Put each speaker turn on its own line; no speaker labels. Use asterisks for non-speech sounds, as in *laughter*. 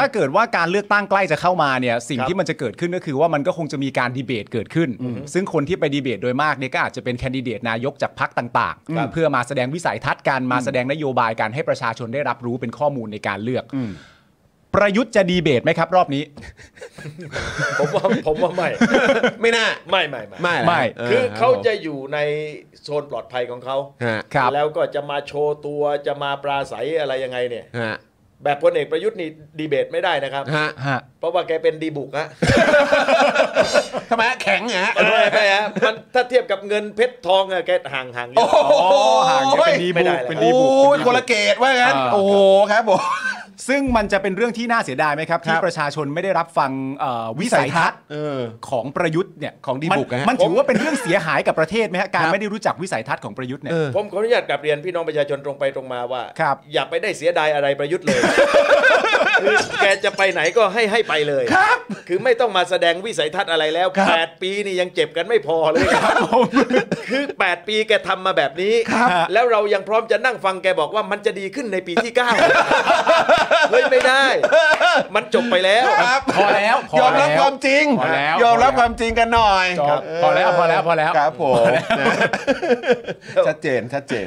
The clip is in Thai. ถ้าเกิดว่าการเลือกตั้งใกล้จะเข้ามาเนี่ยสิ่ง
ครับ
ที่มันจะเกิดขึ้นก็คือว่ามันก็คงจะมีการดีเบตเกิดขึ้น ซึ่งคนที่ไปดีเบตโดยมากเนี่ยก็อาจจะเป็นแคนดิเดตนายกจากพรรคต่าง
ครับ
ๆ เพื่อมาแสดงวิสัยทัศน์การมาแสดงนโยบายการให้ประชาชนได้รับรู้เป็นข้อมูลในการเลือก ประยุทธ์จะดีเบตไหมครับ รอบนี้
ผมว่าผมว่าไม่
ไม่น่า
ไม่ไม่ไม่
ไม่เหร
ไม่
ออ
คือเขา
รับผม
จะอยู่ในโซนปลอดภัยของเขา
ฮะ
ครับ
แล้วก็จะมาโชว์ตัวจะมาปราศัยอะไรยังไงเนี่ย
ฮะ
แบบพลเอกประยุทธ์นี่ดีเบตไม่ได้นะครับ
ฮะ
ฮะ
เพราะว่าแกเป็นดีบุกฮะ
ทำไมฮะแข็งเหรอฮะ
ไม่ไม่ไม่ฮะ *laughs* มันถ้าเทียบกับเงินเพชรทองอะแกห่างห่างเยอะ
ห่างกันเป็นดี
ไม่
บุ
ได้
ก
แล้ว
เป็นดี
โอ้
บุก
ยคนละเกตว่างั้น
อ่า
โอ้โหครับผม
ซึ่งมันจะเป็นเรื่องที่น่าเสียดายไหมครับ ที่
ครับ
ประชาชนไม่ได้รับฟังเอ่อวิสัยทัศน์ของประยุทธ์เนี่ย
ของดีบุก
มัน
นะฮะ
มันถือว่าเป็นเรื่องเสียหายกับประเทศไหมฮะการ
ครับ
ไม่ได้รู้จักวิสัยทัศน์ของประยุทธ์เนี่ย
ผมขออนุญาตกลับเรียนพี่น้องประชาชนตรงไปตรงมาว่า
ครับ
อย่าไปได้เสียดายอะไรประยุทธ์เลย คือแกจะไปไหนก็ให้ให้ไปเลย
ครับ
คือไม่ต้องมาแสดงวิสัยทัศน์อะไรแล้ว
ครับ
8 ปีนี่ยังเจ็บกันไม่พอเลยครับคือ 8 ปีแกทำมาแบบนี้
ครับ
แล้วเรายังพร้อมจะนั่งฟังแกบอกว่ามันจะดีขึ้นในปีที่ 9 เฮ้ยไม่ได้ มันจบไปแล้ว
ครับ
พอแล้วพอย
อมรับ
แล้ว
ความจริง
พอแล้ว
ยอมรับ
พอแล้ว
ความจริงกันหน่อย
จบพอแล้วพอแล้วพอแล้ว
ครับผมนะชัดเจนชัดเจน